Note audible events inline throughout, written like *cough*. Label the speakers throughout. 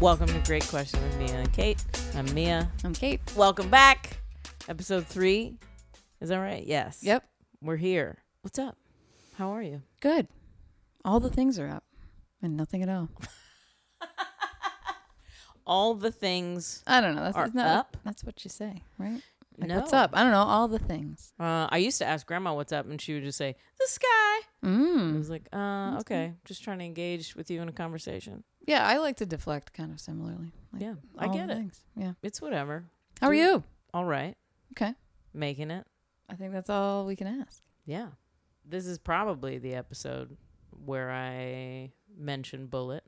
Speaker 1: Welcome to Great Question with Mia and Kate. I'm Mia.
Speaker 2: I'm Kate.
Speaker 1: Welcome back. Episode three. Is that right? Yes.
Speaker 2: Yep.
Speaker 1: We're here. What's up? How are you?
Speaker 2: Good. All the things are up and nothing at all.
Speaker 1: All the things.
Speaker 2: I don't know. That's
Speaker 1: Are
Speaker 2: isn't that-
Speaker 1: up?
Speaker 2: That's what you say, right? Like,
Speaker 1: No.
Speaker 2: What's up? I don't know. All the things.
Speaker 1: Uh, I used to ask Grandma what's up, and she would just say, the sky. I
Speaker 2: Mm.
Speaker 1: was like, uh, okay, just trying to engage with you in a conversation.
Speaker 2: Yeah, I like to deflect kind of similarly. Like,
Speaker 1: Yeah, I
Speaker 2: all
Speaker 1: get
Speaker 2: the
Speaker 1: it.
Speaker 2: Things. Yeah.
Speaker 1: It's whatever.
Speaker 2: How are
Speaker 1: Do-
Speaker 2: you?
Speaker 1: All right.
Speaker 2: Okay.
Speaker 1: Making it.
Speaker 2: I think that's all we can ask.
Speaker 1: Yeah. This is probably the episode where I mention Bullet.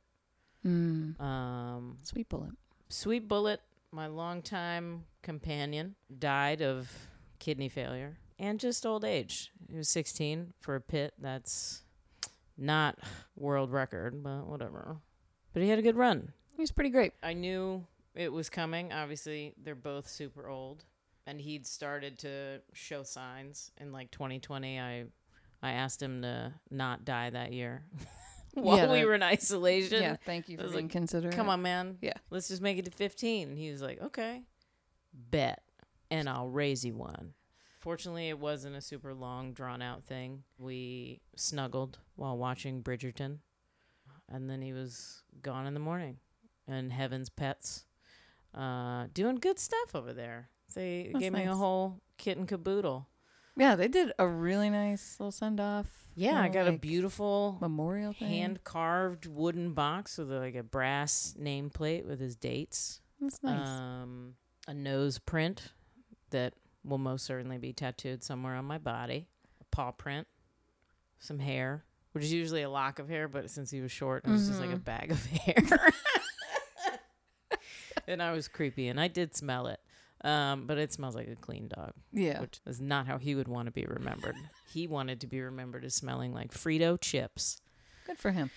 Speaker 2: Mm.
Speaker 1: Um,
Speaker 2: Sweet bullet.
Speaker 1: Sweet Bullet, my longtime companion, died of kidney failure and just old age. He was 16 for a pit. That's not world record, but whatever. But he had a good run.
Speaker 2: It was pretty great.
Speaker 1: I knew it was coming. Obviously, they're both super old, and he'd started to show signs in like 2020. I I asked him to not die that year *laughs* while
Speaker 2: Yeah,
Speaker 1: we
Speaker 2: that-
Speaker 1: were in isolation.
Speaker 2: Yeah. Thank you
Speaker 1: It
Speaker 2: for
Speaker 1: was
Speaker 2: being
Speaker 1: like,
Speaker 2: considerate.
Speaker 1: Come on, man.
Speaker 2: Yeah.
Speaker 1: Let's just make it to 15. And he was like, okay, bet. And I'll raise you one. Fortunately, it wasn't a super long, drawn out thing. We snuggled while watching Bridgerton. And then he was gone in the morning. And Heaven's Pets uh, doing good stuff over there. They
Speaker 2: That's
Speaker 1: gave me a
Speaker 2: nice.
Speaker 1: whole kit and caboodle.
Speaker 2: Yeah, they did a really nice little send off.
Speaker 1: Yeah, I got a beautiful
Speaker 2: memorial thing.
Speaker 1: hand carved wooden box with like a brass nameplate with his dates.
Speaker 2: That's nice.
Speaker 1: um, a nose print that will most certainly be tattooed somewhere on my body, a paw print, some hair, which is usually a lock of hair, but since he was short, it was just like a
Speaker 2: Mhm.
Speaker 1: bag of *laughs* hair. and I was creepy, and I did smell it. Um, but it smells like a clean dog,
Speaker 2: yeah.
Speaker 1: which is not how he would want to be remembered. he wanted to be remembered as smelling like Frito chips.
Speaker 2: Good for him.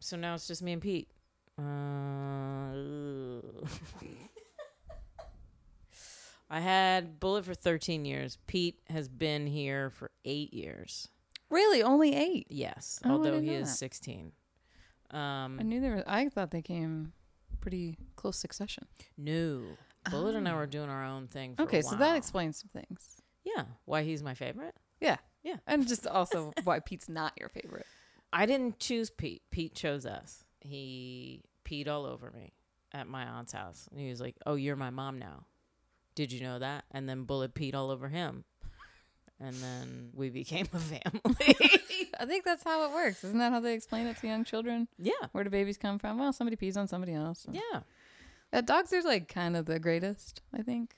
Speaker 1: So now it's just me and Pete. Uh, ugh. I had Bullet for 13 years. Pete has been here for eight years.
Speaker 2: Really, only eight.
Speaker 1: Yes,
Speaker 2: Oh, I
Speaker 1: although
Speaker 2: didn't
Speaker 1: he
Speaker 2: know
Speaker 1: is
Speaker 2: that.
Speaker 1: 16.
Speaker 2: I
Speaker 1: Um,
Speaker 2: knew there was. I thought they came pretty close succession.
Speaker 1: no, Bullet and I were doing our own thing. For
Speaker 2: Oh. Okay,
Speaker 1: a
Speaker 2: so that
Speaker 1: while.
Speaker 2: explains some things,
Speaker 1: yeah why he's my favorite.
Speaker 2: and just also *laughs* why Pete's not your favorite.
Speaker 1: I didn't choose Pete. Pete chose us. He peed all over me at my aunt's house. And he was like, Oh, you're my mom now. Did you know that? And then Bullet peed all over him. And then we became a *laughs* family.
Speaker 2: I think that's how it works. Isn't that how they explain it to young children?
Speaker 1: yeah.
Speaker 2: Where do babies come from? Well, somebody pees on somebody else. And-
Speaker 1: Yeah.
Speaker 2: Uh, dogs are like kind of the greatest. I think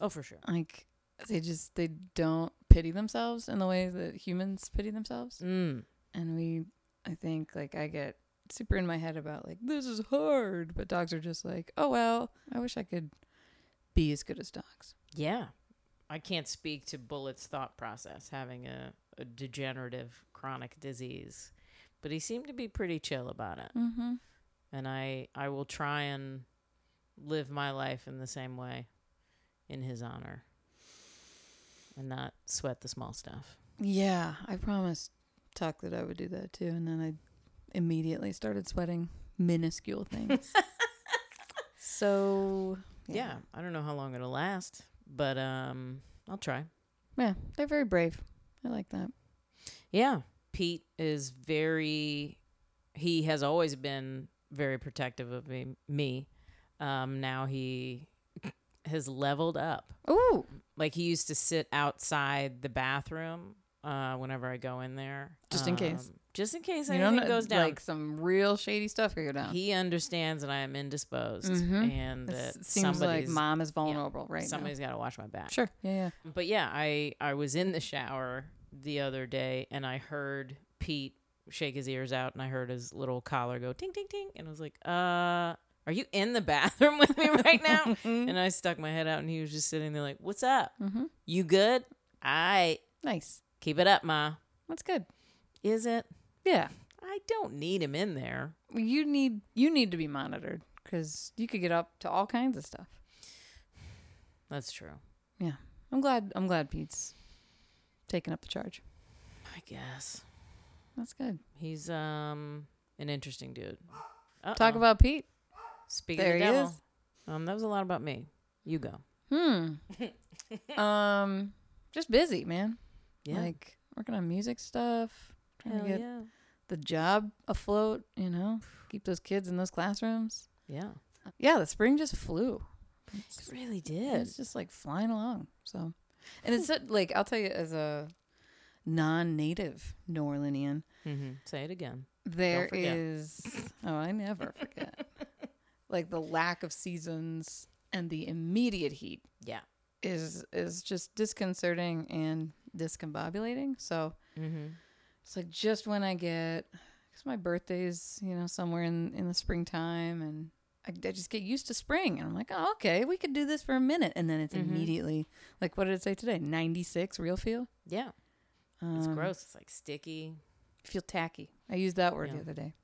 Speaker 1: Oh, for sure.
Speaker 2: like they just they don't pity themselves in the way that humans pity themselves,
Speaker 1: Mm.
Speaker 2: and we I think like I get super in my head about like this is hard, but dogs are just like oh well. I wish I could be as good as dogs.
Speaker 1: Yeah. I can't speak to Bullet's thought process having a, a degenerative chronic disease, but he seemed to be pretty chill about it.
Speaker 2: Mm-hmm.
Speaker 1: and I I will try and live my life in the same way in his honor and not sweat the small stuff. *laughs*
Speaker 2: Yeah, I promised Tuck that I would do that too, and then I immediately started sweating minuscule *laughs* things. so
Speaker 1: Yeah. I don't know how long it'll last, but um I'll try.
Speaker 2: yeah, they're very brave. I like that.
Speaker 1: Yeah, Pete is very he has always been very protective of me, me. Um now he *laughs* has leveled up.
Speaker 2: Ooh,
Speaker 1: like he used to sit outside the bathroom uh, whenever I go in there,
Speaker 2: Just in case.
Speaker 1: Um, Just in case
Speaker 2: you don't
Speaker 1: anything
Speaker 2: know,
Speaker 1: goes down.
Speaker 2: like some real shady stuff could go down.
Speaker 1: he understands that I am indisposed,
Speaker 2: Mhm.
Speaker 1: and
Speaker 2: This
Speaker 1: that
Speaker 2: seems like
Speaker 1: somebody's
Speaker 2: mom is vulnerable right
Speaker 1: somebody's got to watch my back.
Speaker 2: now. Sure. Yeah, yeah.
Speaker 1: But yeah, I I was in the shower the other day, and I heard Pete shake his ears out, and I heard his little collar go ting ting ting, and I was like, uh. Are you in the *laughs* bathroom with me right
Speaker 2: *laughs*
Speaker 1: now? and I stuck my head out, and he was just sitting there like, "What's up?
Speaker 2: Mm-hmm.
Speaker 1: You good? I
Speaker 2: Nice.
Speaker 1: Keep it up, Ma.
Speaker 2: That's good.
Speaker 1: Is it?
Speaker 2: Yeah.
Speaker 1: I don't need him in there.
Speaker 2: You need you need to be monitored because you could get up to all kinds of stuff.
Speaker 1: That's true.
Speaker 2: I'm glad. I'm glad Pete's taking up the charge.
Speaker 1: I guess.
Speaker 2: That's good.
Speaker 1: He's um an interesting dude. Uh-oh.
Speaker 2: Talk about Pete.
Speaker 1: Speaking
Speaker 2: There
Speaker 1: of
Speaker 2: he
Speaker 1: the devil.
Speaker 2: is.
Speaker 1: Um, that was a lot about me. You go. *laughs*
Speaker 2: Hmm. um, just busy, man.
Speaker 1: Yeah.
Speaker 2: Like working on music stuff, trying
Speaker 1: Hell
Speaker 2: to get
Speaker 1: yeah.
Speaker 2: the job afloat.
Speaker 1: *sighs*
Speaker 2: You know, keep those kids in those classrooms.
Speaker 1: Yeah.
Speaker 2: Yeah, the spring just flew.
Speaker 1: It really
Speaker 2: And
Speaker 1: did.
Speaker 2: It's just like flying along. So, and
Speaker 1: Hmm.
Speaker 2: it's such- like I'll tell you, as a non-native New Orleanian,
Speaker 1: Mm-hmm. Say it again.
Speaker 2: there
Speaker 1: forget.
Speaker 2: is
Speaker 1: *laughs*
Speaker 2: oh, I never forget. like the lack of seasons and the immediate heat
Speaker 1: Yeah.
Speaker 2: is is just disconcerting and discombobulating. So
Speaker 1: Mm-hmm.
Speaker 2: it's like just when I get because my birthday's you know somewhere in in the springtime and. I, I just get used to spring and I'm like, oh, okay, we could do this for a minute. And then it's
Speaker 1: Mhm.
Speaker 2: immediately, like, what did it say today? 96 real feel?
Speaker 1: Yeah.
Speaker 2: Um,
Speaker 1: It's gross. It's like sticky.
Speaker 2: Feel tacky. I used that word
Speaker 1: Yeah.
Speaker 2: the other day.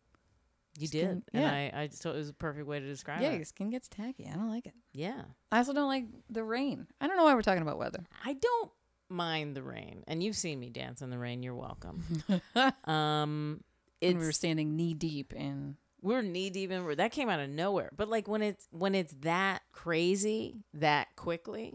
Speaker 1: You
Speaker 2: skin-
Speaker 1: did. And
Speaker 2: yeah.
Speaker 1: I, I so it was a perfect way to describe
Speaker 2: yeah, your
Speaker 1: it.
Speaker 2: skin gets tacky. I don't like it.
Speaker 1: Yeah.
Speaker 2: I also don't like the rain. I don't know why we're talking about weather.
Speaker 1: I don't mind the rain. And you've seen me dance in the rain. You're
Speaker 2: *laughs*
Speaker 1: welcome. um
Speaker 2: And
Speaker 1: it's
Speaker 2: we were standing knee deep in.
Speaker 1: we're knee deep in that came out of nowhere. But like when it's when it's that crazy that quickly,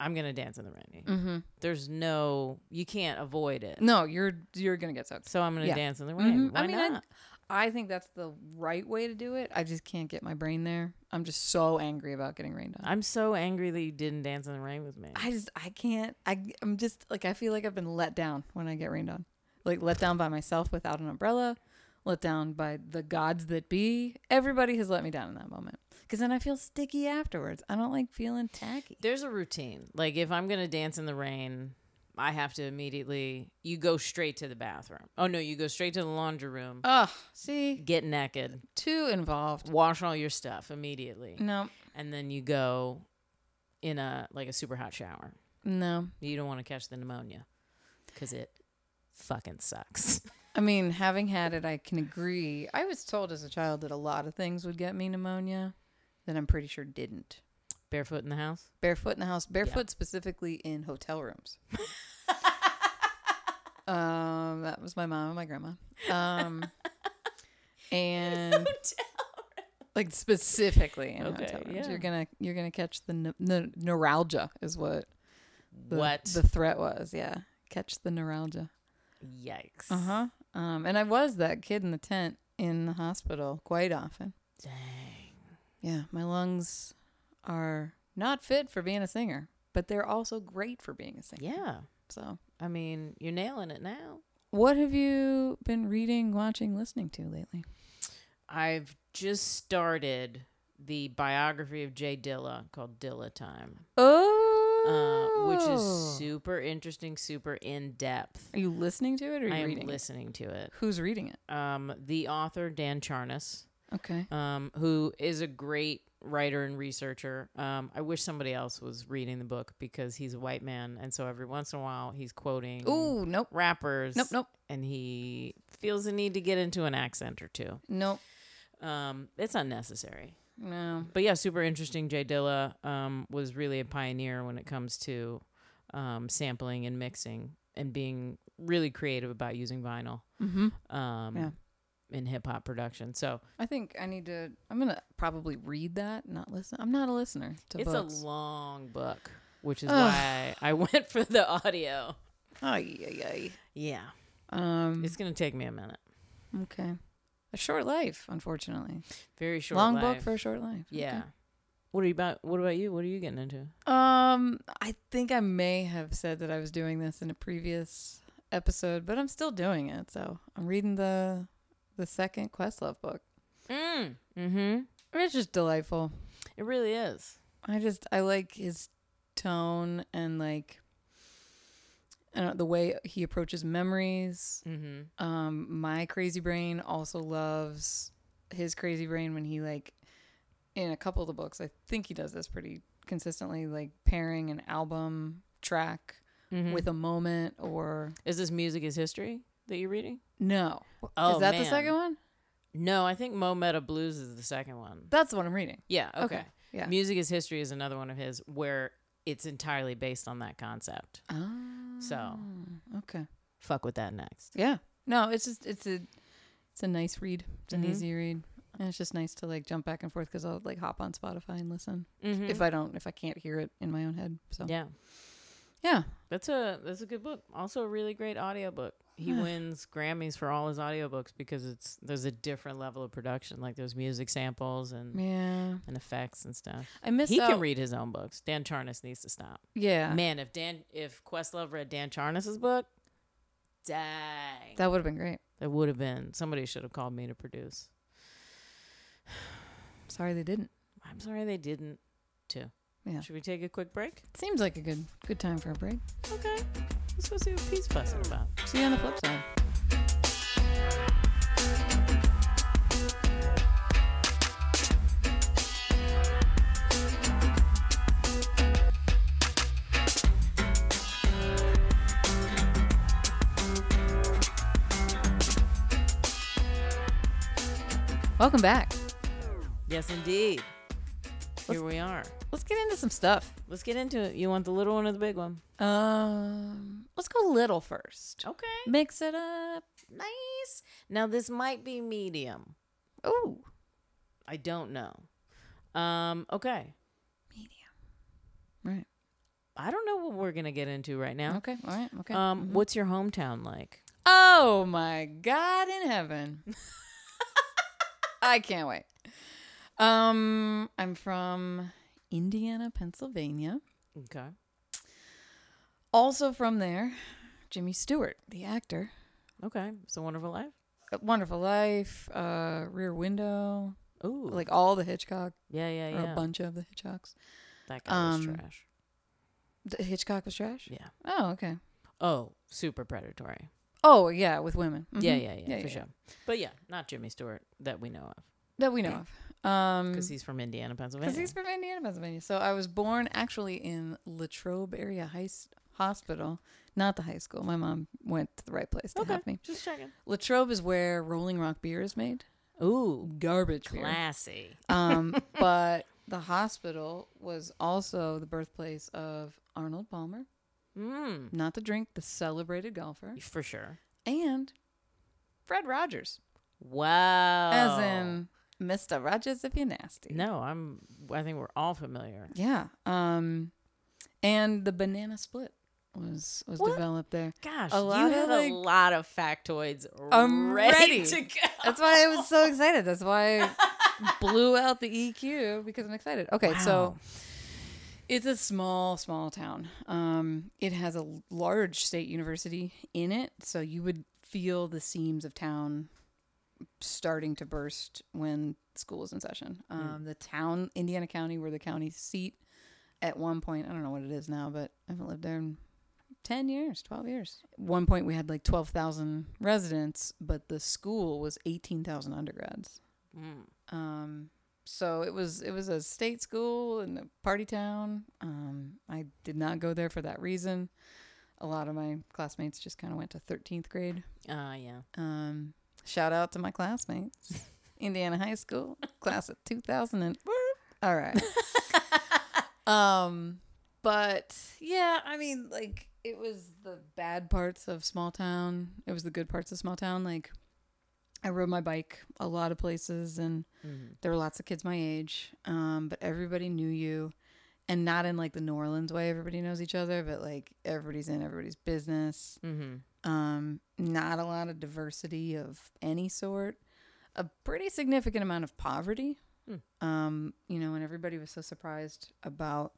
Speaker 1: I'm gonna dance in the rain.
Speaker 2: Mm-hmm.
Speaker 1: There's no you can't avoid it.
Speaker 2: No, you're you're gonna get soaked.
Speaker 1: So I'm gonna
Speaker 2: Yeah.
Speaker 1: dance in the rain.
Speaker 2: Mhm.
Speaker 1: Why
Speaker 2: I mean, I-
Speaker 1: not?
Speaker 2: I think that's the right way to do it. I just can't get my brain there. I'm just so angry about getting rained on.
Speaker 1: I, am so angry that you didn't dance in the rain with me.
Speaker 2: I just I can't. I I'm just like I feel like I've been let down when I get rained on. Like let down by myself without an umbrella, let down by the gods that be. Everybody has let me down in that moment. Cuz then I feel sticky afterwards. I don't like feeling tacky.
Speaker 1: There's a routine. Like if I'm gonna dance in the rain, I have to immediately you go straight to the bathroom. Oh no, you go straight to the laundry room,
Speaker 2: Ugh, see,
Speaker 1: get naked,
Speaker 2: too involved.
Speaker 1: wash all your stuff immediately,
Speaker 2: No.
Speaker 1: and then you go in a like a super hot shower.
Speaker 2: No.
Speaker 1: You don't want to catch the pneumonia because it fucking sucks. *laughs*
Speaker 2: I mean, having had it, I can agree. I was told as a child that a lot of things would get me pneumonia that I'm pretty sure didn't.
Speaker 1: Barefoot in the house.
Speaker 2: barefoot in the house barefoot specifically in
Speaker 1: *laughs*
Speaker 2: hotel rooms um that was my mom and my grandma um
Speaker 1: *laughs*
Speaker 2: and like specifically in
Speaker 1: Okay,
Speaker 2: hotel rooms
Speaker 1: yeah.
Speaker 2: you're gonna you're gonna catch the n- n- neuralgia is what the,
Speaker 1: what?
Speaker 2: the threat was yeah catch the neuralgia
Speaker 1: Yikes.
Speaker 2: uh-huh um and i was that kid in the tent in the hospital quite often
Speaker 1: Dang.
Speaker 2: yeah my lungs are not fit for being a singer but they're also great for being a singer
Speaker 1: Yeah.
Speaker 2: so
Speaker 1: I mean, you're nailing it now.
Speaker 2: What have you been reading, watching, listening to lately?
Speaker 1: I've just started the biography of Jay Dilla called Dilla Time, uh,
Speaker 2: Oh,
Speaker 1: which is super interesting, super in depth.
Speaker 2: Are you listening to it or are you
Speaker 1: I am
Speaker 2: reading? it?
Speaker 1: listening to it.
Speaker 2: Who's reading it?
Speaker 1: Um, the author Dan Charnas,
Speaker 2: Okay.
Speaker 1: um, who is a great writer and researcher. Um, I wish somebody else was reading the book because he's a white man, and so every once in a while he's quoting
Speaker 2: Ooh, nope,
Speaker 1: rappers,
Speaker 2: nope, nope,
Speaker 1: and he feels the need to get into an accent or two.
Speaker 2: nope.
Speaker 1: Um, it's unnecessary,
Speaker 2: No.
Speaker 1: but yeah, super interesting. Jay Dilla um, was really a pioneer when it comes to um, sampling and mixing and being really creative about using vinyl
Speaker 2: Mm-hmm.
Speaker 1: um,
Speaker 2: Yeah.
Speaker 1: in hip hop production. So
Speaker 2: I think I need to. I'm gonna probably read that, not listen. I'm not a listener to
Speaker 1: it's
Speaker 2: books.
Speaker 1: a long book, which is
Speaker 2: Ugh.
Speaker 1: why I *laughs* went for the audio.
Speaker 2: Ay, ay,
Speaker 1: Yeah,
Speaker 2: ay. Um.
Speaker 1: it's gonna take me a minute.
Speaker 2: okay. A short life, unfortunately.
Speaker 1: Very short.
Speaker 2: Long
Speaker 1: life.
Speaker 2: book for a short life. Okay.
Speaker 1: yeah. What are you about? What about you? What are you getting into?
Speaker 2: Um, I think I may have said that I was doing this in a previous episode, but I'm still doing it. So I'm reading the the second Questlove book.
Speaker 1: Mm. Hmm.
Speaker 2: It's just delightful.
Speaker 1: It really is.
Speaker 2: I just I like his tone and like I don't know, the way he approaches memories.
Speaker 1: Hmm.
Speaker 2: Um, my crazy brain also loves his crazy brain when he like in a couple of the books. I think he does this pretty consistently, like pairing an album track
Speaker 1: Mm-hmm.
Speaker 2: with a moment or
Speaker 1: is this music is history that you're reading?
Speaker 2: no.
Speaker 1: Oh,
Speaker 2: is that
Speaker 1: man.
Speaker 2: the second one?
Speaker 1: No, I think Mo Meta Blues is the second one.
Speaker 2: That's the one I'm reading.
Speaker 1: Yeah. Okay.
Speaker 2: Okay, yeah.
Speaker 1: Music is history is another one of his where it's entirely based on that concept.
Speaker 2: Oh.
Speaker 1: So.
Speaker 2: okay.
Speaker 1: Fuck with that next.
Speaker 2: Yeah. No, it's just it's a it's a nice read. It's
Speaker 1: Mhm.
Speaker 2: an easy read. And it's just nice to like jump back and forth because I'll like hop on Spotify and listen
Speaker 1: Mhm.
Speaker 2: if I don't if I can't hear it in my own head. So Mm-hmm. yeah,
Speaker 1: yeah, that's a that's a good book. Also, a really great audiobook. He
Speaker 2: Hmm.
Speaker 1: wins Grammys for all his audiobooks because it's there's a different level of production. Like there's music samples and
Speaker 2: yeah.
Speaker 1: and effects and stuff.
Speaker 2: I miss
Speaker 1: he
Speaker 2: out.
Speaker 1: can read his own books. Dan Charnas needs to stop.
Speaker 2: yeah,
Speaker 1: Man, if Dan if Questlove read Dan Charnas's book, dang.
Speaker 2: that would have been great.
Speaker 1: That would have been somebody should have called me to produce.
Speaker 2: Sorry they didn't.
Speaker 1: I'm sorry they didn't too.
Speaker 2: Yeah.
Speaker 1: Should we take a quick break?
Speaker 2: Seems like a good good time for a break.
Speaker 1: Okay. Let's go see what Pete's fussing about.
Speaker 2: See you on the flip side. Welcome back.
Speaker 1: Yes indeed. Here we are.
Speaker 2: Let's get into some stuff.
Speaker 1: Let's get into it. You want the little one or the big one?
Speaker 2: Um, let's go little first.
Speaker 1: Okay.
Speaker 2: Mix it up.
Speaker 1: Nice. Now this might be medium.
Speaker 2: Oh,
Speaker 1: I don't know. Um, okay.
Speaker 2: medium. Right.
Speaker 1: I don't know what we're gonna get into right now.
Speaker 2: Okay. All right. Okay. Mm-hmm.
Speaker 1: Um, what's your hometown like?
Speaker 2: Oh my God
Speaker 1: *laughs*
Speaker 2: in heaven. I can't wait. Um, I'm from Indiana, Pennsylvania.
Speaker 1: Okay.
Speaker 2: Also from there, Jimmy Stewart, the actor.
Speaker 1: Okay. It's a wonderful life.
Speaker 2: A Wonderful Life, uh, Rear Window,
Speaker 1: Ooh.
Speaker 2: like all the Hitchcock,
Speaker 1: yeah, yeah,
Speaker 2: or
Speaker 1: yeah.
Speaker 2: a bunch of the Hitchcocks.
Speaker 1: That guy was
Speaker 2: Um,
Speaker 1: trash.
Speaker 2: The Hitchcock was trash?
Speaker 1: Yeah.
Speaker 2: Oh, okay.
Speaker 1: Oh, super predatory.
Speaker 2: Oh, yeah, with women.
Speaker 1: Yeah,
Speaker 2: Mhm.
Speaker 1: yeah, yeah, for sure. But yeah, not Jimmy Stewart that we know of
Speaker 2: That we know of.
Speaker 1: *clears throat*
Speaker 2: Um,
Speaker 1: because he's from Indiana, Pennsylvania.
Speaker 2: Because he's from Indiana, Pennsylvania. So I was born actually in Latrobe Area High S- Hospital, not the high school. My mom went to the right place to
Speaker 1: Okay.
Speaker 2: have me.
Speaker 1: Just checking.
Speaker 2: Latrobe is where Rolling Rock beer is made.
Speaker 1: Ooh,
Speaker 2: Garbage beer.
Speaker 1: classy.
Speaker 2: Um, *laughs* but the hospital was also the birthplace of Arnold Palmer,
Speaker 1: Mm,
Speaker 2: not the drink, the celebrated golfer,
Speaker 1: for sure.
Speaker 2: and Fred Rogers,
Speaker 1: Wow.
Speaker 2: as in Mr. Rogers if you're nasty.
Speaker 1: No, I'm. I think we're all familiar.
Speaker 2: Yeah. Um, and the banana split was was
Speaker 1: What?
Speaker 2: developed there.
Speaker 1: Gosh,
Speaker 2: A
Speaker 1: you
Speaker 2: lot
Speaker 1: had
Speaker 2: of,
Speaker 1: a
Speaker 2: like-
Speaker 1: lot of factoids
Speaker 2: I'm
Speaker 1: ready
Speaker 2: ready.
Speaker 1: to go.
Speaker 2: That's why I
Speaker 1: *laughs*
Speaker 2: was so excited. That's why I blew out the EQ because I'm excited. Okay, so
Speaker 1: Wow.
Speaker 2: it's a small, small town. Um, it has a large state university in it, so you would feel the seams of town starting to burst when school is in session. Um, The town, Indiana County, where the county seat at one point, I don't know what it is now, but I haven't lived there in 10 years, 12 years. At one point, we had like 12,000 residents, but the school was 18,000 undergrads.
Speaker 1: Mm.
Speaker 2: Um, so it was it was a state school in a party town. Um, I did not go there for that reason. A lot of my classmates just kind of went to 13th grade.
Speaker 1: Ah, yeah.
Speaker 2: Um, shout out to my classmates, Indiana High School class of 2000 and all right. um, but yeah, I mean, like it was the bad parts of small town. It was the good parts of small town. Like I rode my bike a lot of places, and
Speaker 1: Mhm.
Speaker 2: there were lots of kids my age. Um, but everybody knew you. And not in like the New Orleans way, everybody knows each other, but like everybody's in everybody's business
Speaker 1: Mhm.
Speaker 2: um, not a lot of diversity of any sort, a pretty significant amount of poverty. Um, you know, and everybody was so surprised about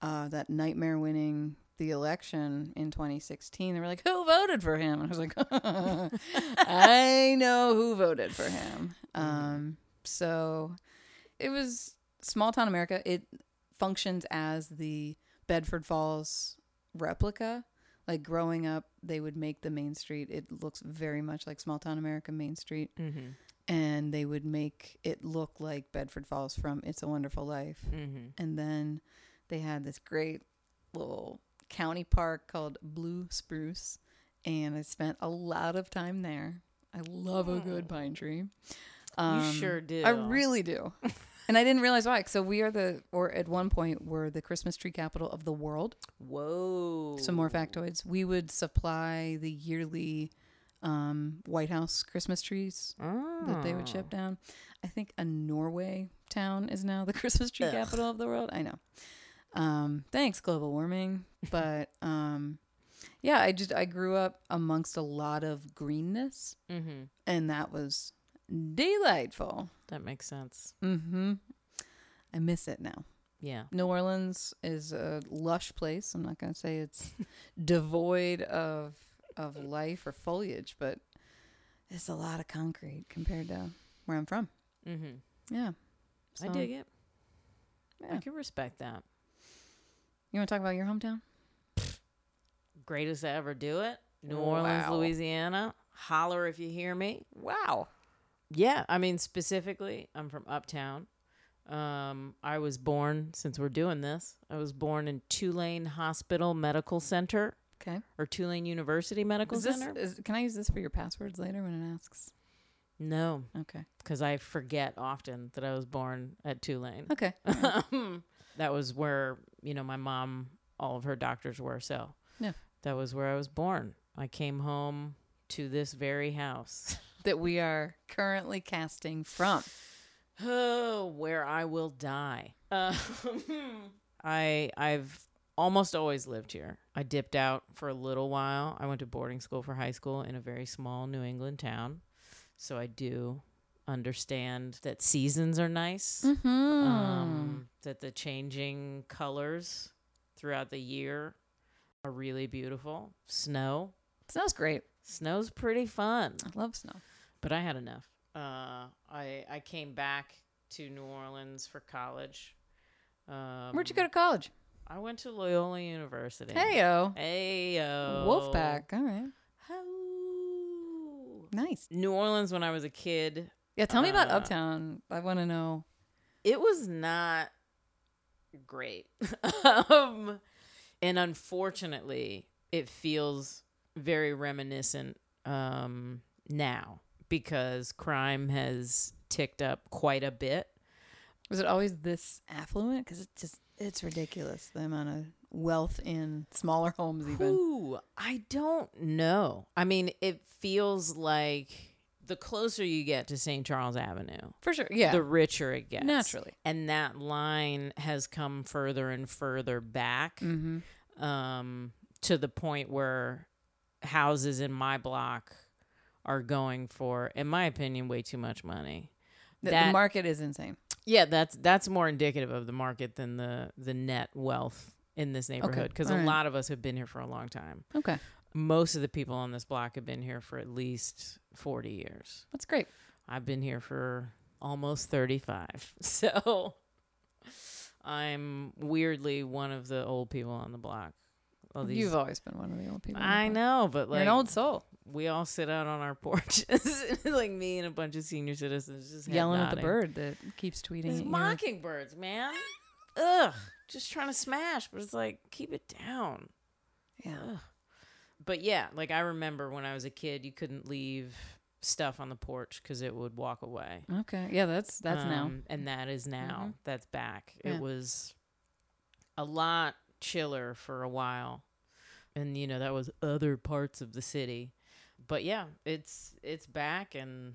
Speaker 2: uh, that nightmare winning the election in 2016. They were like, "Who voted for him?" And I was like, *laughs* "I know who voted for him." Um, so it was small town America. It functions as the Bedford Falls replica like growing up they would make the main street it looks very much like small town america main street
Speaker 1: Mhm.
Speaker 2: and they would make it look like bedford falls from it's a wonderful life
Speaker 1: Mhm.
Speaker 2: and then they had this great little county park called blue spruce and i spent a lot of time there i love a good pine tree
Speaker 1: you sure did.
Speaker 2: Um, I really do. and I didn't realize why. So we are the, or at one point, were the Christmas tree capital of the world
Speaker 1: Whoa.
Speaker 2: some more factoids. We would supply the
Speaker 1: Ah.
Speaker 2: yearly um, White House Christmas trees that they would ship down. I think a Norway town is now the *laughs* Christmas tree
Speaker 1: Ugh.
Speaker 2: capital of the world. I know. Um, thanks global warming, but um, yeah, I just I grew up amongst a lot of greenness,
Speaker 1: Mm-hmm.
Speaker 2: and that was delightful.
Speaker 1: That makes sense.
Speaker 2: Mm-hmm. I miss it now.
Speaker 1: Yeah.
Speaker 2: New Orleans is a lush place. I'm not going to say
Speaker 1: *laughs*
Speaker 2: it's devoid of of life or foliage, but it's a lot of concrete compared to where I'm from.
Speaker 1: Mm-hmm.
Speaker 2: Yeah.
Speaker 1: I dig it. I
Speaker 2: Yeah.
Speaker 1: can respect that.
Speaker 2: You want to talk about your hometown?
Speaker 1: Greatest to ever do it. New
Speaker 2: Wow.
Speaker 1: Orleans, Louisiana. Holler if you hear me.
Speaker 2: Wow.
Speaker 1: Yeah, I mean specifically, I'm from uptown. Um, I was born since we're doing this. I was born in Tulane Hospital Medical Center
Speaker 2: Okay.
Speaker 1: or Tulane University Medical
Speaker 2: Is this,
Speaker 1: Center.
Speaker 2: is, can I use this for your passwords later when it asks?
Speaker 1: No,
Speaker 2: Okay.
Speaker 1: because I forget often that I was born at Tulane.
Speaker 2: Okay.
Speaker 1: that was where you know my mom, all of her doctors were. So
Speaker 2: Yeah.
Speaker 1: that was where I was born. I came home to this very house.
Speaker 2: that we are currently casting from.
Speaker 1: Oh, *sighs* where I will die. Uh, I I've almost always lived here. I dipped out for a little while. I went to boarding school for high school in a very small New England town, so I do understand that seasons are nice.
Speaker 2: Mm-hmm.
Speaker 1: Um, that the changing colors throughout the year are really beautiful. Snow,
Speaker 2: Snow's great.
Speaker 1: snow's pretty fun
Speaker 2: I love snow.
Speaker 1: but I had enough. Uh, I I came back to New Orleans for college. Um,
Speaker 2: Where'd you go to college?
Speaker 1: I went to Loyola University.
Speaker 2: Heyo.
Speaker 1: heyo,
Speaker 2: Wolfpack. All right.
Speaker 1: Ho.
Speaker 2: Nice.
Speaker 1: New Orleans when I was a kid,
Speaker 2: Yeah, tell me about
Speaker 1: Uh,
Speaker 2: Uptown. I want to know.
Speaker 1: it was not great, *laughs* um, and unfortunately, it feels very reminiscent um, now because crime has ticked up quite a bit.
Speaker 2: Was it always this affluent? Because it's just it's ridiculous the amount of wealth in smaller homes. Even
Speaker 1: Ooh, I don't know. I mean, it feels like the closer you get to St. Charles Avenue,
Speaker 2: for sure. Yeah,
Speaker 1: the richer it gets.
Speaker 2: naturally.
Speaker 1: And that line has come further and further back
Speaker 2: Mm-hmm.
Speaker 1: um, to the point where houses in my block are going for, in my opinion, way too much money.
Speaker 2: The, the
Speaker 1: That-
Speaker 2: market is insane.
Speaker 1: Yeah, that's that's more indicative of the market than the the net wealth in this neighborhood because
Speaker 2: all
Speaker 1: a
Speaker 2: right.
Speaker 1: lot of us have been here for a long time.
Speaker 2: Okay,
Speaker 1: most of the people on this block have been here for at least 40 years.
Speaker 2: that's great.
Speaker 1: I've been here for almost 35. *laughs* So I'm weirdly one of the old people on the block. All these,
Speaker 2: You've always been one of the old people. in the
Speaker 1: I
Speaker 2: block.
Speaker 1: know, but
Speaker 2: You're
Speaker 1: like
Speaker 2: an old soul,
Speaker 1: we all sit out on our *laughs* porches, *laughs* like me and a bunch of senior citizens just head
Speaker 2: yelling at the
Speaker 1: nodding.
Speaker 2: bird that keeps tweeting.
Speaker 1: These
Speaker 2: at you.
Speaker 1: mockingbirds, man. Ugh, just trying to smash, but it's like keep it down.
Speaker 2: Yeah.
Speaker 1: Ugh. But yeah, like I remember when I was a kid, you couldn't leave stuff on the porch because it would walk away.
Speaker 2: Okay. Yeah, that's that's now.
Speaker 1: Um, and that is now.
Speaker 2: Mhm.
Speaker 1: That's back.
Speaker 2: Yeah.
Speaker 1: It was a lot chiller for a while, and you know that was other parts of the city. But yeah, it's it's back, and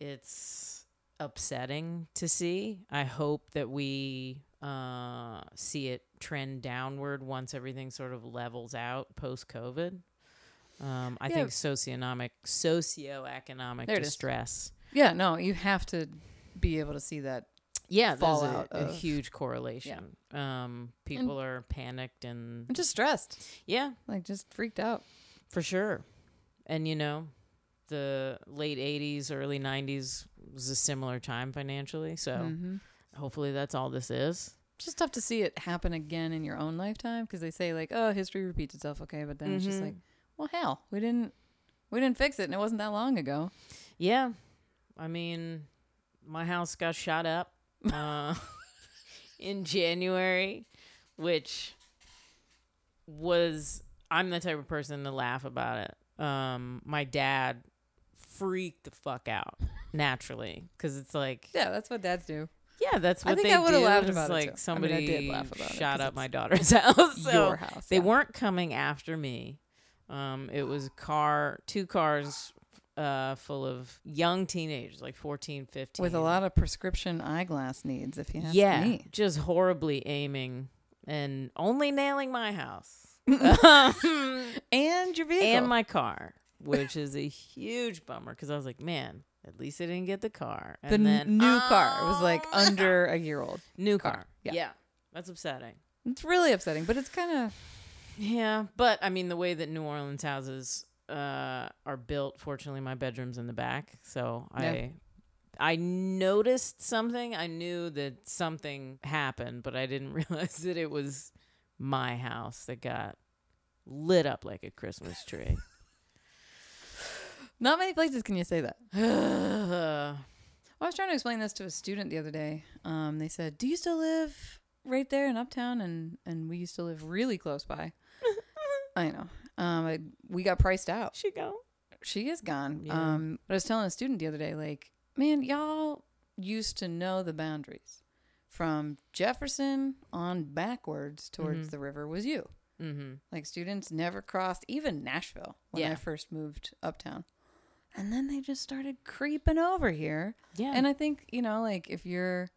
Speaker 1: it's upsetting to see. I hope that we uh, see it trend downward once everything sort of levels out post COVID. Um, I
Speaker 2: Yeah.
Speaker 1: think socioeconomic socioeconomic
Speaker 2: There it is.
Speaker 1: distress
Speaker 2: Yeah. No, you have to be able to see that.
Speaker 1: yeah there's a,
Speaker 2: fallout
Speaker 1: a
Speaker 2: of-
Speaker 1: huge correlation um people are panicked
Speaker 2: I'm
Speaker 1: and
Speaker 2: just stressed,
Speaker 1: yeah
Speaker 2: like just freaked out.
Speaker 1: for sure and you know the late 80s early 90s was a similar time financially so
Speaker 2: Mhm.
Speaker 1: hopefully that's all this is
Speaker 2: just tough to see it happen again in your own lifetime because they say like oh history repeats itself okay but then it's just
Speaker 1: Mhm.
Speaker 2: like well hell we didn't we didn't fix it and it wasn't that long ago
Speaker 1: yeah i mean my house got shot up
Speaker 2: *laughs*
Speaker 1: uh, in january which was i'm the type of person to laugh about it um my dad freaked the fuck out naturally because it's like
Speaker 2: yeah that's what dads do
Speaker 1: yeah that's
Speaker 2: I
Speaker 1: what
Speaker 2: think
Speaker 1: they
Speaker 2: I would've
Speaker 1: do,
Speaker 2: laughed
Speaker 1: is,
Speaker 2: about it,
Speaker 1: like
Speaker 2: too. I mean,
Speaker 1: somebody
Speaker 2: I did laugh about it,
Speaker 1: shot
Speaker 2: 'cause
Speaker 1: up my daughter's *laughs* house so
Speaker 2: your house
Speaker 1: they
Speaker 2: yeah.
Speaker 1: weren't coming after me um it was car two cars uh, full of young teenagers, like 14, 15.
Speaker 2: with a lot of prescription eyeglass needs. If you ask
Speaker 1: yeah,
Speaker 2: me,
Speaker 1: just horribly aiming and only nailing my house Um,
Speaker 2: and your vehicle,
Speaker 1: and my car, which is a huge bummer because I was like, man, at least I didn't get the car. And
Speaker 2: the n-
Speaker 1: then
Speaker 2: new car was like
Speaker 1: Oh,
Speaker 2: under a year old.
Speaker 1: new
Speaker 2: car.
Speaker 1: car.
Speaker 2: Yeah.
Speaker 1: Yeah. that's upsetting.
Speaker 2: It's really upsetting, but it's kind of
Speaker 1: Yeah, but I mean, the way that New Orleans houses uh, are built, fortunately, my bedroom's in the back, so
Speaker 2: Yeah.
Speaker 1: I. I noticed something. I knew that something happened, but I didn't *laughs* realize that it was my house that got lit up like a Christmas
Speaker 2: *laughs*
Speaker 1: tree. *sighs*
Speaker 2: not many places can you say that.
Speaker 1: yeah.
Speaker 2: I was trying to explain this to a student the other day. Um, they said, "Do you still live right there in Uptown?" And and we used to live really
Speaker 1: *laughs*
Speaker 2: close by. I know. Um, I, we got priced out.
Speaker 1: She go.
Speaker 2: She is gone.
Speaker 1: Yeah.
Speaker 2: Um, but I was telling a student the other day, like, man, y'all used to know the boundaries from Jefferson on backwards towards
Speaker 1: Mhm.
Speaker 2: the river was you.
Speaker 1: Mm-hmm.
Speaker 2: Like students never crossed even Nashville when I
Speaker 1: Yeah.
Speaker 2: first moved uptown. And then they just started creeping over here.
Speaker 1: Yeah.
Speaker 2: And I think, you know, like if you're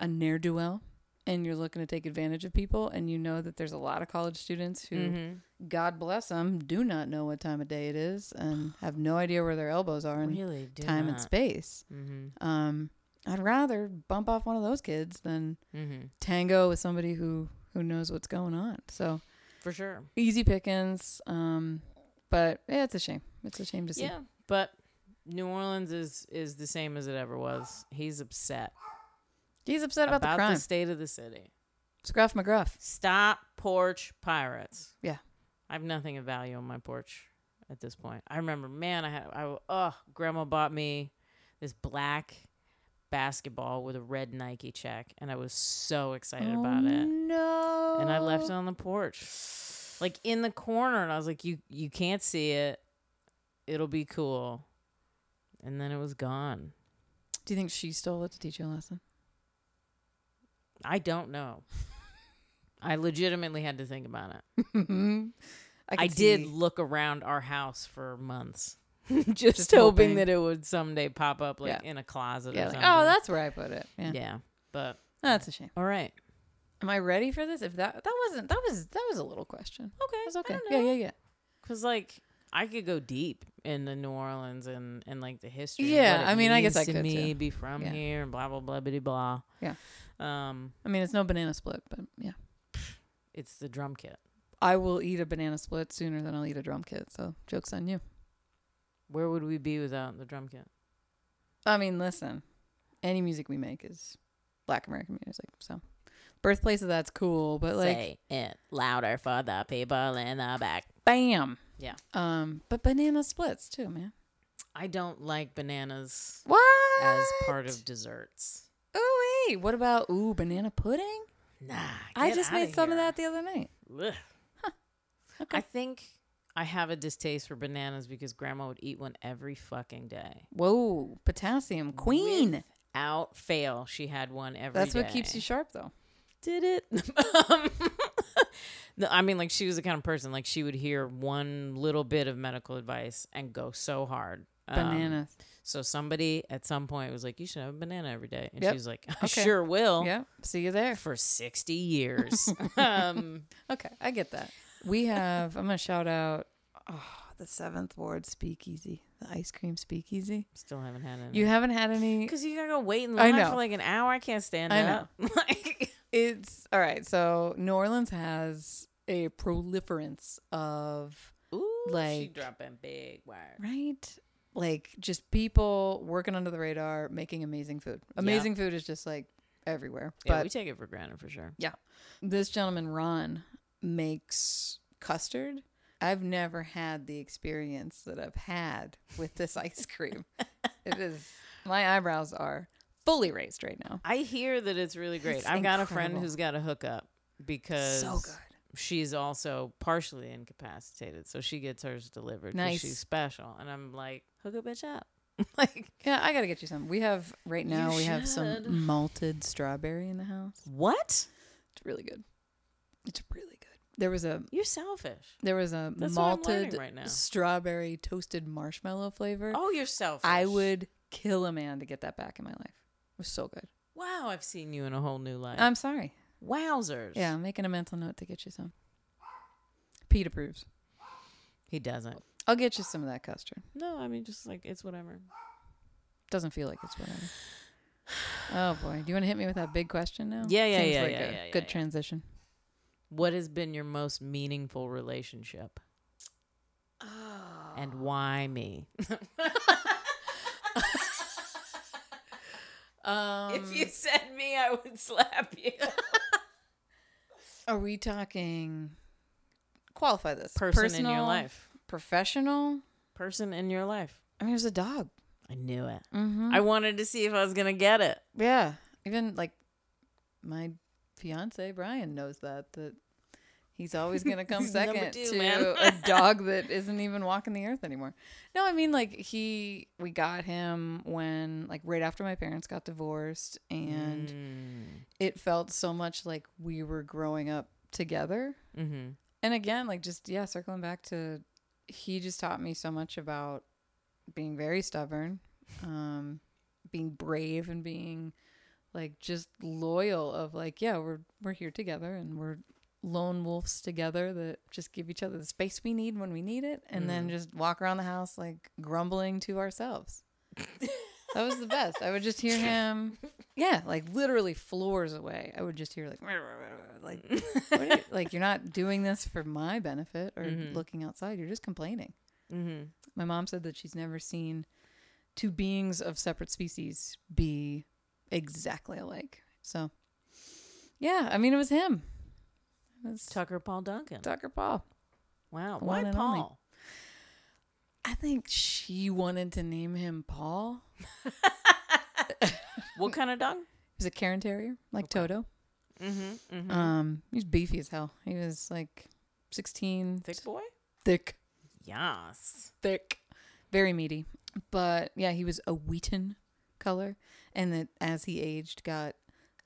Speaker 2: a ne'er do well and you're looking to take advantage of people and you know that there's a lot of college students who,
Speaker 1: Mm-hmm.
Speaker 2: God bless them, do not know what time of day it is
Speaker 1: *sighs*
Speaker 2: and have no idea where their elbows are in
Speaker 1: really do
Speaker 2: time and space.
Speaker 1: Mm-hmm.
Speaker 2: Um, I'd rather bump off one of those kids than
Speaker 1: Mm-hmm.
Speaker 2: tango with somebody who, who knows what's going on. So
Speaker 1: For sure.
Speaker 2: easy pickings. Um, but yeah, it's a shame. It's a shame to see.
Speaker 1: Yeah, but New Orleans is is the same as it ever was. He's upset
Speaker 2: He's upset about, the crime.
Speaker 1: state of the city.
Speaker 2: Scruff McGruff.
Speaker 1: Stop porch pirates.
Speaker 2: Yeah.
Speaker 1: I have nothing of value on my porch at this point. I remember, man, I had I oh, grandma bought me this black basketball with a red Nike check, and I was so excited about it.
Speaker 2: Oh, No.
Speaker 1: and I left it on the porch, like in the corner, and I was like, "You you can't see it. It'll be cool." And then it was gone.
Speaker 2: Do you think she stole it to teach you a
Speaker 1: *laughs*
Speaker 2: lesson?
Speaker 1: I don't
Speaker 2: *laughs*
Speaker 1: know. I legitimately had to think about it.
Speaker 2: could
Speaker 1: I, did *laughs*
Speaker 2: see-
Speaker 1: look around our house for months,
Speaker 2: *laughs*
Speaker 1: just, hoping,
Speaker 2: hoping.
Speaker 1: that it would someday pop up, like
Speaker 2: Yeah.
Speaker 1: in a closet
Speaker 2: Yeah.
Speaker 1: or
Speaker 2: like,
Speaker 1: something.
Speaker 2: oh, that's where I put it. Yeah. Oh,
Speaker 1: yeah. But
Speaker 2: That's a shame.
Speaker 1: all right,
Speaker 2: Am I ready for this? If that that wasn't that was that was a little question.
Speaker 1: okay,
Speaker 2: That was okay.
Speaker 1: I
Speaker 2: Yeah,
Speaker 1: don't know.
Speaker 2: yeah, yeah.
Speaker 1: Cause like I could go deep in the New Orleans and and like the history. and
Speaker 2: Yeah,
Speaker 1: what it
Speaker 2: I mean, I guess
Speaker 1: means
Speaker 2: I
Speaker 1: to
Speaker 2: could,
Speaker 1: me
Speaker 2: too.
Speaker 1: be from
Speaker 2: Yeah.
Speaker 1: here and blah blah blah bitty blah.
Speaker 2: Yeah.
Speaker 1: Um,
Speaker 2: I mean, it's no banana split, but yeah.
Speaker 1: it's the drum kit.
Speaker 2: I will eat a banana split sooner than I'll eat a drum kit. So jokes on you.
Speaker 1: Where would we be without the drum kit?
Speaker 2: I mean, listen, any music we make is Black American music. So, birthplace of that's cool, but like,
Speaker 1: it louder for the people in the back.
Speaker 2: bam,
Speaker 1: Yeah.
Speaker 2: Um, but banana splits too, man.
Speaker 1: I don't like bananas
Speaker 2: What?
Speaker 1: as part of desserts.
Speaker 2: Ooh, wait. What about ooh banana pudding?
Speaker 1: Nah,
Speaker 2: I
Speaker 1: get
Speaker 2: just
Speaker 1: outta
Speaker 2: made some
Speaker 1: here.
Speaker 2: of that the other night.
Speaker 1: Ugh.
Speaker 2: Okay.
Speaker 1: I think I have a distaste for bananas because Grandma would eat one every fucking day.
Speaker 2: Whoa, potassium queen.
Speaker 1: Without fail, she had one every
Speaker 2: that's what
Speaker 1: *laughs*
Speaker 2: keeps
Speaker 1: day.
Speaker 2: you sharp, though.
Speaker 1: Did it? um, no, I mean, like she was the kind of person like she would hear one little bit of medical advice and go so hard. Um,
Speaker 2: Bananas.
Speaker 1: So somebody at some point was like, "You should have a banana every day," and
Speaker 2: Yep.
Speaker 1: she was like, "I
Speaker 2: Okay.
Speaker 1: sure will."
Speaker 2: yeah. See you there.
Speaker 1: For sixty
Speaker 2: *laughs*
Speaker 1: years. *laughs* um,
Speaker 2: Okay, I get that. We have. I'm gonna shout out. Oh, the Seventh Ward Speakeasy, the ice cream Speakeasy.
Speaker 1: still haven't had any.
Speaker 2: You haven't had any.
Speaker 1: Because you gotta go wait in
Speaker 2: I
Speaker 1: line
Speaker 2: know.
Speaker 1: for like an hour. I can't stand
Speaker 2: I
Speaker 1: up. *laughs* like,
Speaker 2: It's all right. So New Orleans has a proliferance of
Speaker 1: ooh, she
Speaker 2: Like-
Speaker 1: dropping big wire.
Speaker 2: right, like just people working under the radar, making amazing food. Amazing food is just like everywhere.
Speaker 1: Yeah,
Speaker 2: but
Speaker 1: we take it for granted for sure.
Speaker 2: this gentleman Ron makes custard. I've never had the experience that I've had with this ice
Speaker 1: *laughs*
Speaker 2: cream. it is my eyebrows are fully raised right now.
Speaker 1: I hear that it's really great.
Speaker 2: It's
Speaker 1: I've got a friend
Speaker 2: incredible.
Speaker 1: who's got a hookup because
Speaker 2: So good.
Speaker 1: she's also partially incapacitated, so she gets hers delivered. 'cause
Speaker 2: Nice.
Speaker 1: she's special, and I'm like, hook a bitch up. *laughs* like,
Speaker 2: Yeah, I gotta get you some. We have right
Speaker 1: You
Speaker 2: now. We have
Speaker 1: should.
Speaker 2: some malted strawberry in the house.
Speaker 1: what?
Speaker 2: It's really good. It's really good. There was a
Speaker 1: You're selfish.
Speaker 2: there was a
Speaker 1: That's what I'm
Speaker 2: malted
Speaker 1: learning right now.
Speaker 2: strawberry toasted marshmallow flavor.
Speaker 1: Oh, you're selfish.
Speaker 2: I would kill a man to get that back in my life. It was so good.
Speaker 1: Wow, I've seen you in a whole new light.
Speaker 2: I'm sorry.
Speaker 1: Wowzers.
Speaker 2: Um, Yeah, I'm making a mental note to get you some. Pete approves.
Speaker 1: He doesn't.
Speaker 2: I'll get you some of that custard.
Speaker 1: No, I mean, just like, it's whatever.
Speaker 2: Doesn't feel like it's
Speaker 1: *sighs*
Speaker 2: whatever. Oh boy, do you want to hit me with that big question now?
Speaker 1: Yeah, yeah,
Speaker 2: Seems
Speaker 1: yeah,
Speaker 2: like
Speaker 1: yeah,
Speaker 2: a
Speaker 1: yeah, yeah,
Speaker 2: good
Speaker 1: yeah.
Speaker 2: transition.
Speaker 1: What has been your most meaningful relationship?
Speaker 2: Ah.
Speaker 1: And why me?
Speaker 2: Um,
Speaker 1: said me, I would slap *laughs* you.
Speaker 2: are we talking? Qualify this
Speaker 1: Person in your
Speaker 2: Personal,
Speaker 1: life.
Speaker 2: professional.
Speaker 1: Person in your life.
Speaker 2: I mean, it was a dog.
Speaker 1: I knew it.
Speaker 2: Mm-hmm.
Speaker 1: I wanted to see if I was going to get it.
Speaker 2: Yeah. Even like my fiance Brian knows that that he's
Speaker 1: *laughs*
Speaker 2: always gonna come
Speaker 1: He's number
Speaker 2: second
Speaker 1: two,
Speaker 2: to
Speaker 1: man. *laughs*
Speaker 2: a dog that isn't even walking the earth anymore. No, I mean like he we got him when like right after my parents got divorced and
Speaker 1: Mm. Mm-hmm.
Speaker 2: it felt so much like we were growing up together.
Speaker 1: Mm-hmm.
Speaker 2: And again, like just yeah, circling back to he just taught me so much about being very stubborn, um, being brave and being like just loyal of like, yeah, we're we're here together and we're lone wolves together that just give each other the space we need when we need it and then just walk around the house like grumbling to ourselves. that was the best. I would just hear him yeah, like literally floors away. I would just hear like *laughs* like what are you, *laughs* like you're not doing this for my benefit or looking outside. You're just complaining.
Speaker 1: Mm-hmm.
Speaker 2: My mom said that she's never seen two beings of separate species be exactly alike. So, yeah, I mean, it was him. It was
Speaker 1: Tucker Paul Duncan.
Speaker 2: Tucker Paul.
Speaker 1: wow.
Speaker 2: One
Speaker 1: Why
Speaker 2: and only.
Speaker 1: Paul?
Speaker 2: I think she wanted to name him Paul.
Speaker 1: What kind of dog?
Speaker 2: He was a Karen Terrier, like Toto.
Speaker 1: *laughs* Mm-hmm. mm-hmm.
Speaker 2: Um, he was beefy as hell. He was like 16,
Speaker 1: Thick boy?
Speaker 2: thick,
Speaker 1: Yes.
Speaker 2: thick, very meaty. But yeah, he was a wheaten color, and that as he aged, got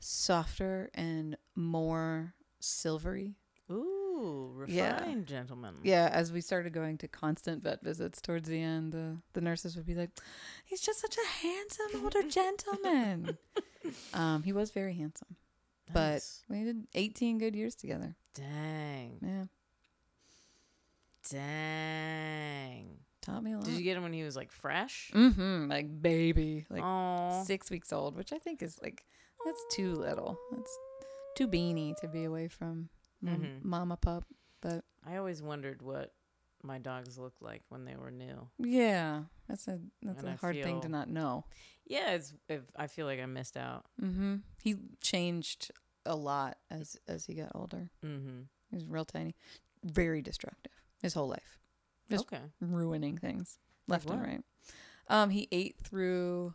Speaker 2: softer and more silvery.
Speaker 1: Ooh,
Speaker 2: Yeah.
Speaker 1: refined gentleman.
Speaker 2: Yeah, as we started going to constant vet visits towards the end, the the nurses would be like, "He's just such a
Speaker 1: *laughs*
Speaker 2: handsome older gentleman." um, he was very handsome,
Speaker 1: Nice.
Speaker 2: but we did eighteen good years together.
Speaker 1: dang,
Speaker 2: Yeah,
Speaker 1: dang.
Speaker 2: taught me a lot.
Speaker 1: Did you get him when he was like fresh?
Speaker 2: mm-hmm, like baby, like
Speaker 1: Oh,
Speaker 2: six weeks old, which I think is like that's too little. That's too beanie to be away from mom,
Speaker 1: Mhm.
Speaker 2: mama pup. But
Speaker 1: I always wondered what my dogs looked like when they were new.
Speaker 2: yeah, that's a that's
Speaker 1: And
Speaker 2: a
Speaker 1: I
Speaker 2: hard thing to
Speaker 1: feel-
Speaker 2: not know.
Speaker 1: Yeah, it's. If, I feel like I missed out.
Speaker 2: hmm He changed a lot as as he got older.
Speaker 1: Mm-hmm.
Speaker 2: He was real tiny, very destructive his whole life, Just-
Speaker 1: okay.
Speaker 2: ruining things left and
Speaker 1: what?
Speaker 2: right. Um, he ate through.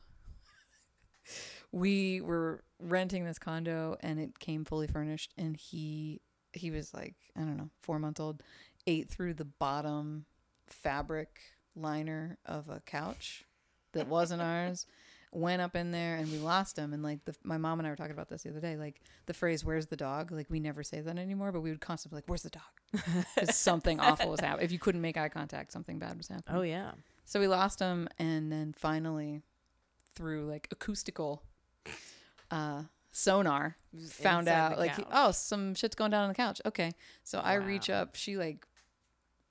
Speaker 2: we were renting this condo, and it came fully furnished, and he he was like I don't know four months old, ate through the bottom fabric liner of a couch that wasn't ours. Went up in there and we lost him. And like the, my mom and I were talking about this the other day. Like the phrase "Where's the dog?" Like we never say that anymore, but we would constantly be like "Where's the dog?" 'Cause something awful was happening. If you couldn't make eye contact, something bad was happening.
Speaker 1: Oh yeah.
Speaker 2: So we lost him, and then finally, through like acoustical uh, sonar,
Speaker 1: was
Speaker 2: found
Speaker 1: inside
Speaker 2: out
Speaker 1: the
Speaker 2: like he-
Speaker 1: couch.
Speaker 2: oh, some shit's going down on the couch. Okay, so I reach
Speaker 1: Wow.
Speaker 2: up. She like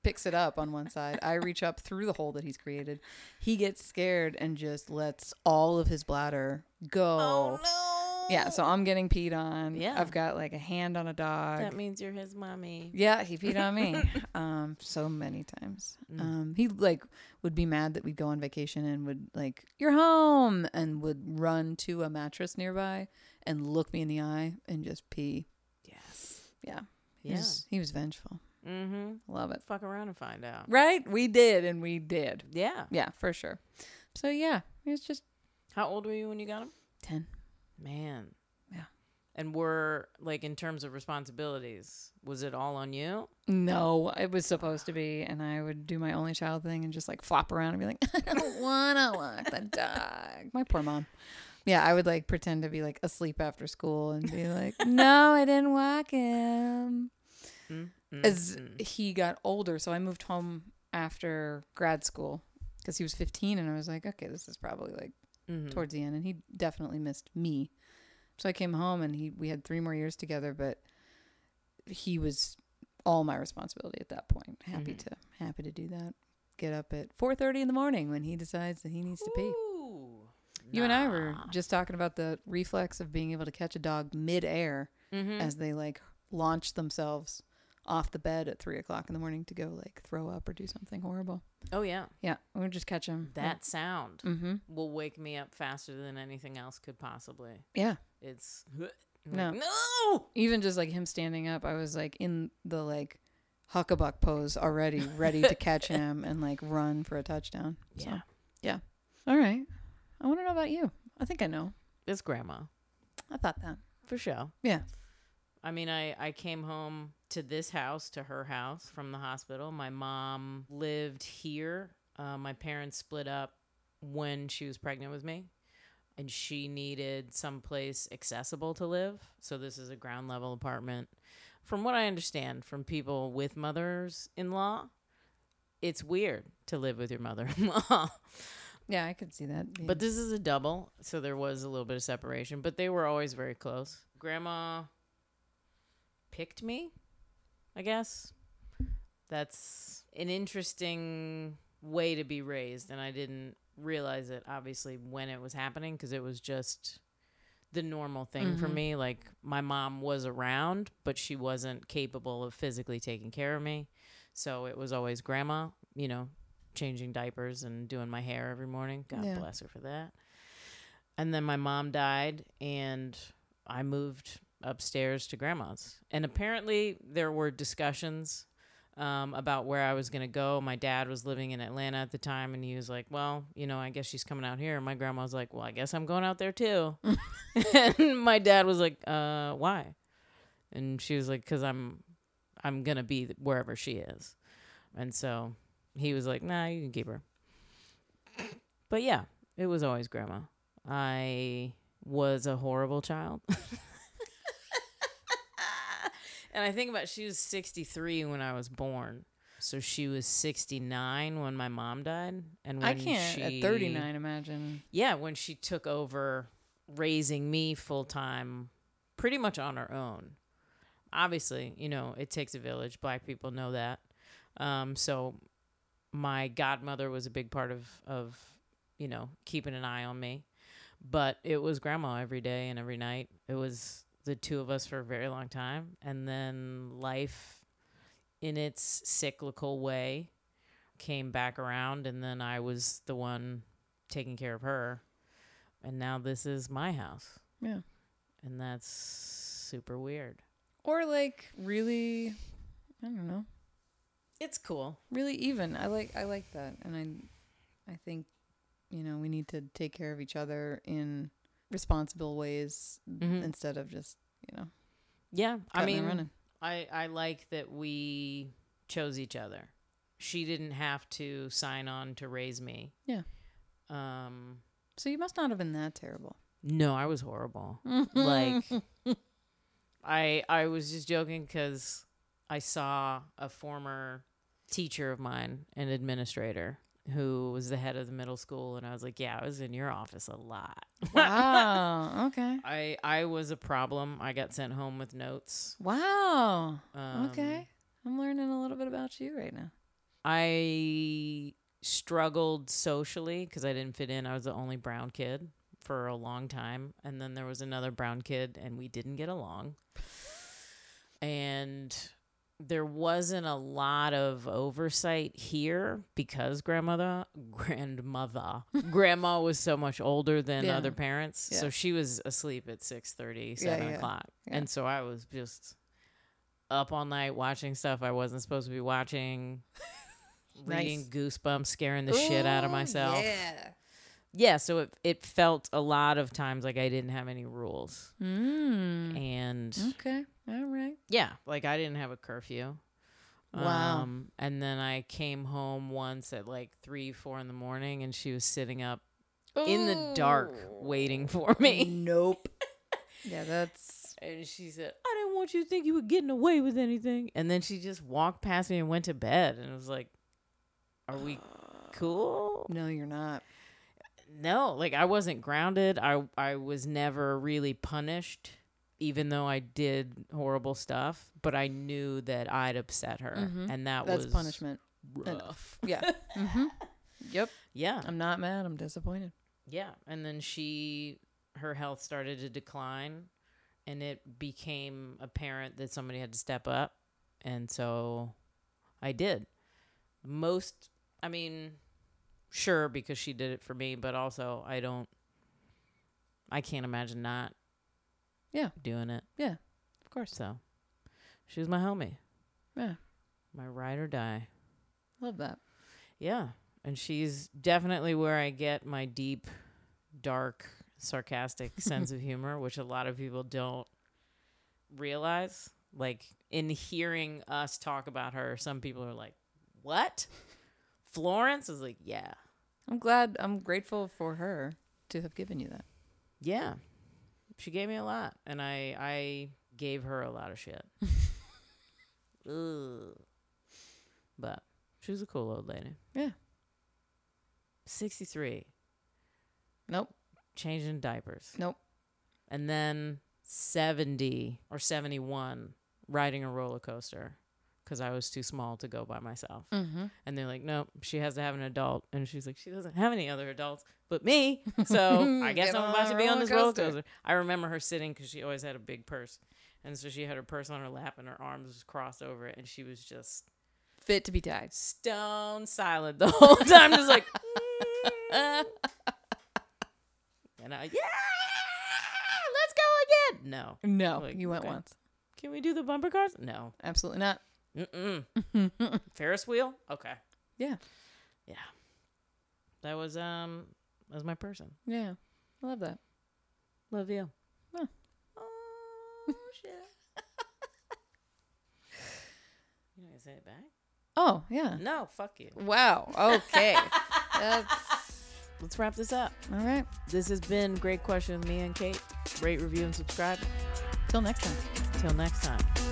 Speaker 2: picks it up on one side. I reach up through the hole that he's created. He gets scared and just lets all of his bladder go.
Speaker 1: Oh, no.
Speaker 2: Yeah, so I'm getting peed on.
Speaker 1: Yeah.
Speaker 2: I've got like a hand on a dog.
Speaker 1: that means you're his mommy.
Speaker 2: Yeah, he peed on me um, so many times. Um, he like would be mad that we'd go on vacation and would like you're home and would run to a mattress nearby and look me in the eye and just pee.
Speaker 1: Yes.
Speaker 2: Yeah, he
Speaker 1: Yeah.
Speaker 2: was, he was vengeful.
Speaker 1: Mm-hmm.
Speaker 2: Love it.
Speaker 1: Fuck around and find out.
Speaker 2: Right? We did, and we did.
Speaker 1: Yeah.
Speaker 2: Yeah, for sure. So yeah, it was just
Speaker 1: How old were you when you got him?
Speaker 2: ten.
Speaker 1: Man.
Speaker 2: Yeah.
Speaker 1: And were like in terms of responsibilities, was it all on you?
Speaker 2: No, it was supposed to be, and I would do my only child thing and just like flop around and be like, *laughs* I don't want to walk the dog. My poor mom. Yeah, I would like pretend to be like asleep after school and be like, No, I didn't walk him.
Speaker 1: Mm.
Speaker 2: as he got older. So I moved home after grad school because he was 15, and I was like, okay, this is probably like
Speaker 1: Mhm.
Speaker 2: towards the end, and he definitely missed me. So I came home, and he we had three more years together, but he was all my responsibility at that point. Happy
Speaker 1: Mhm.
Speaker 2: to happy to do that. Get up at 4:30 in the morning when he decides that he needs to pee.
Speaker 1: Ooh,
Speaker 2: You and I were
Speaker 1: nah.
Speaker 2: just talking about the reflex of being able to catch a dog midair
Speaker 1: Mhm.
Speaker 2: as they like launch themselves off the bed at three o'clock in the morning to go like throw up or do something horrible.
Speaker 1: oh yeah,
Speaker 2: Yeah, we would just catch them.
Speaker 1: that sound
Speaker 2: Mm-hmm.
Speaker 1: will wake me up faster than anything else could possibly.
Speaker 2: Yeah.
Speaker 1: It's
Speaker 2: No.
Speaker 1: no, *laughs* no.
Speaker 2: Even just like him standing up, I was like in the like huckabuck pose already, ready to *laughs* catch him and like run for a touchdown. So,
Speaker 1: Yeah,
Speaker 2: all right. I want to know about you. I think I know.
Speaker 1: it's grandma.
Speaker 2: I thought that.
Speaker 1: For sure.
Speaker 2: Yeah.
Speaker 1: I mean, I, I came home to this house, to her house from the hospital. My mom lived here. Uh, my parents split up when she was pregnant with me, and she needed someplace accessible to live. So, this is a ground level apartment. From what I understand from people with mothers in law, it's weird to live with your mother in law.
Speaker 2: Yeah, I could see that. being-
Speaker 1: But this is a double, so there was a little bit of separation, but they were always very close. Grandma picked me, I guess. That's an interesting way to be raised, and I didn't realize it obviously when it was happening because it was just the normal thing for
Speaker 2: Mhm.
Speaker 1: me. Like my mom was around, but she wasn't capable of physically taking care of me. So it was always grandma, you know, changing diapers and doing my hair every morning. God
Speaker 2: Yeah.
Speaker 1: bless her for that. And then my mom died, and I moved upstairs to grandma's. And apparently, there were discussions um, about where I was going to go. My dad was living in Atlanta at the time, and he was like, Well, you know, I guess she's coming out here. And my grandma was like, Well, I guess I'm going out there too. *laughs* and my dad was like, uh, Why? And she was like, Because I'm. I'm gonna be wherever she is, and so he was like, "Nah, you can keep her." But yeah, it was always grandma. I was a horrible child. *laughs* and I think about she was 63 when I was born. So she was 69 when my mom died and when
Speaker 2: I can't
Speaker 1: she-
Speaker 2: at 39 imagine.
Speaker 1: Yeah, when she took over raising me full time pretty much on her own. Obviously, you know, it takes a village. Black people know that. Um, so my godmother was a big part of of you know keeping an eye on me but it was grandma every day and every night it was the two of us for a very long time and then life in its cyclical way came back around and then i was the one taking care of her and now this is my house
Speaker 2: Yeah.
Speaker 1: and that's super weird
Speaker 2: Or like really I don't know.
Speaker 1: it's cool
Speaker 2: really even i like i like that and i i think you know we need to take care of each other in responsible ways
Speaker 1: Mhm.
Speaker 2: instead of just you know
Speaker 1: yeah i
Speaker 2: cutting and
Speaker 1: mean
Speaker 2: running.
Speaker 1: I I like that we chose each other. She didn't have to sign on to raise me.
Speaker 2: Yeah.
Speaker 1: Um
Speaker 2: so you must not have been
Speaker 1: *laughs*
Speaker 2: that terrible
Speaker 1: no, I was horrible. like I I was just joking cuz I saw a former teacher of mine, an administrator who was the head of the middle school and I was like, "Yeah, I was in your office a lot."
Speaker 2: wow okay
Speaker 1: I I was a problem. I got sent home with notes.
Speaker 2: wow
Speaker 1: Um,
Speaker 2: okay i'm learning a little bit about you right now
Speaker 1: I struggled socially because I didn't fit in. I was the only brown kid for a long time. And then there was another brown kid, and we didn't get along. And there wasn't a lot of oversight here because grandmother,
Speaker 2: *laughs*
Speaker 1: grandmother, grandma was so much older than
Speaker 2: Yeah.
Speaker 1: other parents.
Speaker 2: Yeah.
Speaker 1: So she was asleep at six thirty,
Speaker 2: Yeah,
Speaker 1: seven
Speaker 2: yeah.
Speaker 1: o'clock.
Speaker 2: Yeah.
Speaker 1: And so I was just up all night watching stuff I wasn't supposed to be
Speaker 2: *laughs*
Speaker 1: watching,
Speaker 2: Nice.
Speaker 1: reading Goosebumps, scaring the shit out of myself. Yeah.
Speaker 2: yeah
Speaker 1: so it it felt a lot of times like I didn't have any rules,
Speaker 2: mm.
Speaker 1: and
Speaker 2: okay all right
Speaker 1: yeah, like I didn't have a curfew.
Speaker 2: Wow.
Speaker 1: Um, and then I came home once at like three, four in the morning, and she was sitting up in the dark waiting for me.
Speaker 2: nope yeah that's
Speaker 1: And she said, I didn't want don't you think you were getting away with anything? And then she just walked past me and went to bed. And it was like, are we cool?
Speaker 2: No, you're not.
Speaker 1: No, like I wasn't grounded. I, I was never really punished, even though I did horrible stuff. But I knew that I'd upset her.
Speaker 2: Mhm.
Speaker 1: And that
Speaker 2: That's
Speaker 1: was
Speaker 2: punishment.
Speaker 1: rough. *laughs*
Speaker 2: Yeah. hmm Yep.
Speaker 1: Yeah.
Speaker 2: I'm not mad. I'm disappointed.
Speaker 1: Yeah, and then she her health started to decline and it became apparent that somebody had to step up. And so I did. Most I mean sure because she did it for me, but also I don't I can't imagine not
Speaker 2: Yeah.
Speaker 1: doing it.
Speaker 2: Of course.
Speaker 1: So she was my homie,
Speaker 2: Yeah.
Speaker 1: my ride or die.
Speaker 2: Love that.
Speaker 1: Yeah. And she's definitely where I get my deep, dark, sarcastic sense of humor, which a lot of people don't realize. Like, in hearing us talk about her, some people are like, What? Florence is like, Yeah.
Speaker 2: I'm glad. I'm grateful for her to have given you that.
Speaker 1: Yeah. She gave me a lot. And I, I gave her a lot of shit. Ugh. But she was a cool old lady.
Speaker 2: Yeah.
Speaker 1: 63.
Speaker 2: Nope.
Speaker 1: changing diapers.
Speaker 2: Nope.
Speaker 1: And then 70 or 71 riding a roller coaster because I was too small to go by myself.
Speaker 2: Mm-hmm.
Speaker 1: And they're like, nope, she has to have an adult. And she's like, she doesn't have any other adults but me.
Speaker 2: *laughs*
Speaker 1: So I guess
Speaker 2: Get
Speaker 1: I'm
Speaker 2: on
Speaker 1: about
Speaker 2: a
Speaker 1: to be on
Speaker 2: roller
Speaker 1: this roller
Speaker 2: coaster.
Speaker 1: coaster. I remember her sitting because she always had a big purse. And so she had her purse on her lap and her arms was crossed over it. And she was just
Speaker 2: Fit to be died.
Speaker 1: stone silent the *laughs* whole time. Just like, mm. and I, yeah, let's go again. No,
Speaker 2: No,
Speaker 1: Like,
Speaker 2: you went
Speaker 1: okay.
Speaker 2: once.
Speaker 1: can we do the bumper cars? No,
Speaker 2: Absolutely not.
Speaker 1: Mm-mm.
Speaker 2: *laughs*
Speaker 1: Ferris wheel. Okay,
Speaker 2: Yeah.
Speaker 1: yeah. That was um, that was my person.
Speaker 2: Yeah. I love that.
Speaker 1: Love you.
Speaker 2: Huh.
Speaker 1: Oh shit. *laughs* you gonna say it back?
Speaker 2: Oh, yeah.
Speaker 1: No, fuck you.
Speaker 2: Wow. *laughs* Okay. That's,
Speaker 1: Let's wrap this up.
Speaker 2: all right.
Speaker 1: This has been Great Question with me and Kate. Rate, review, and subscribe.
Speaker 2: Till next time.
Speaker 1: Till next time.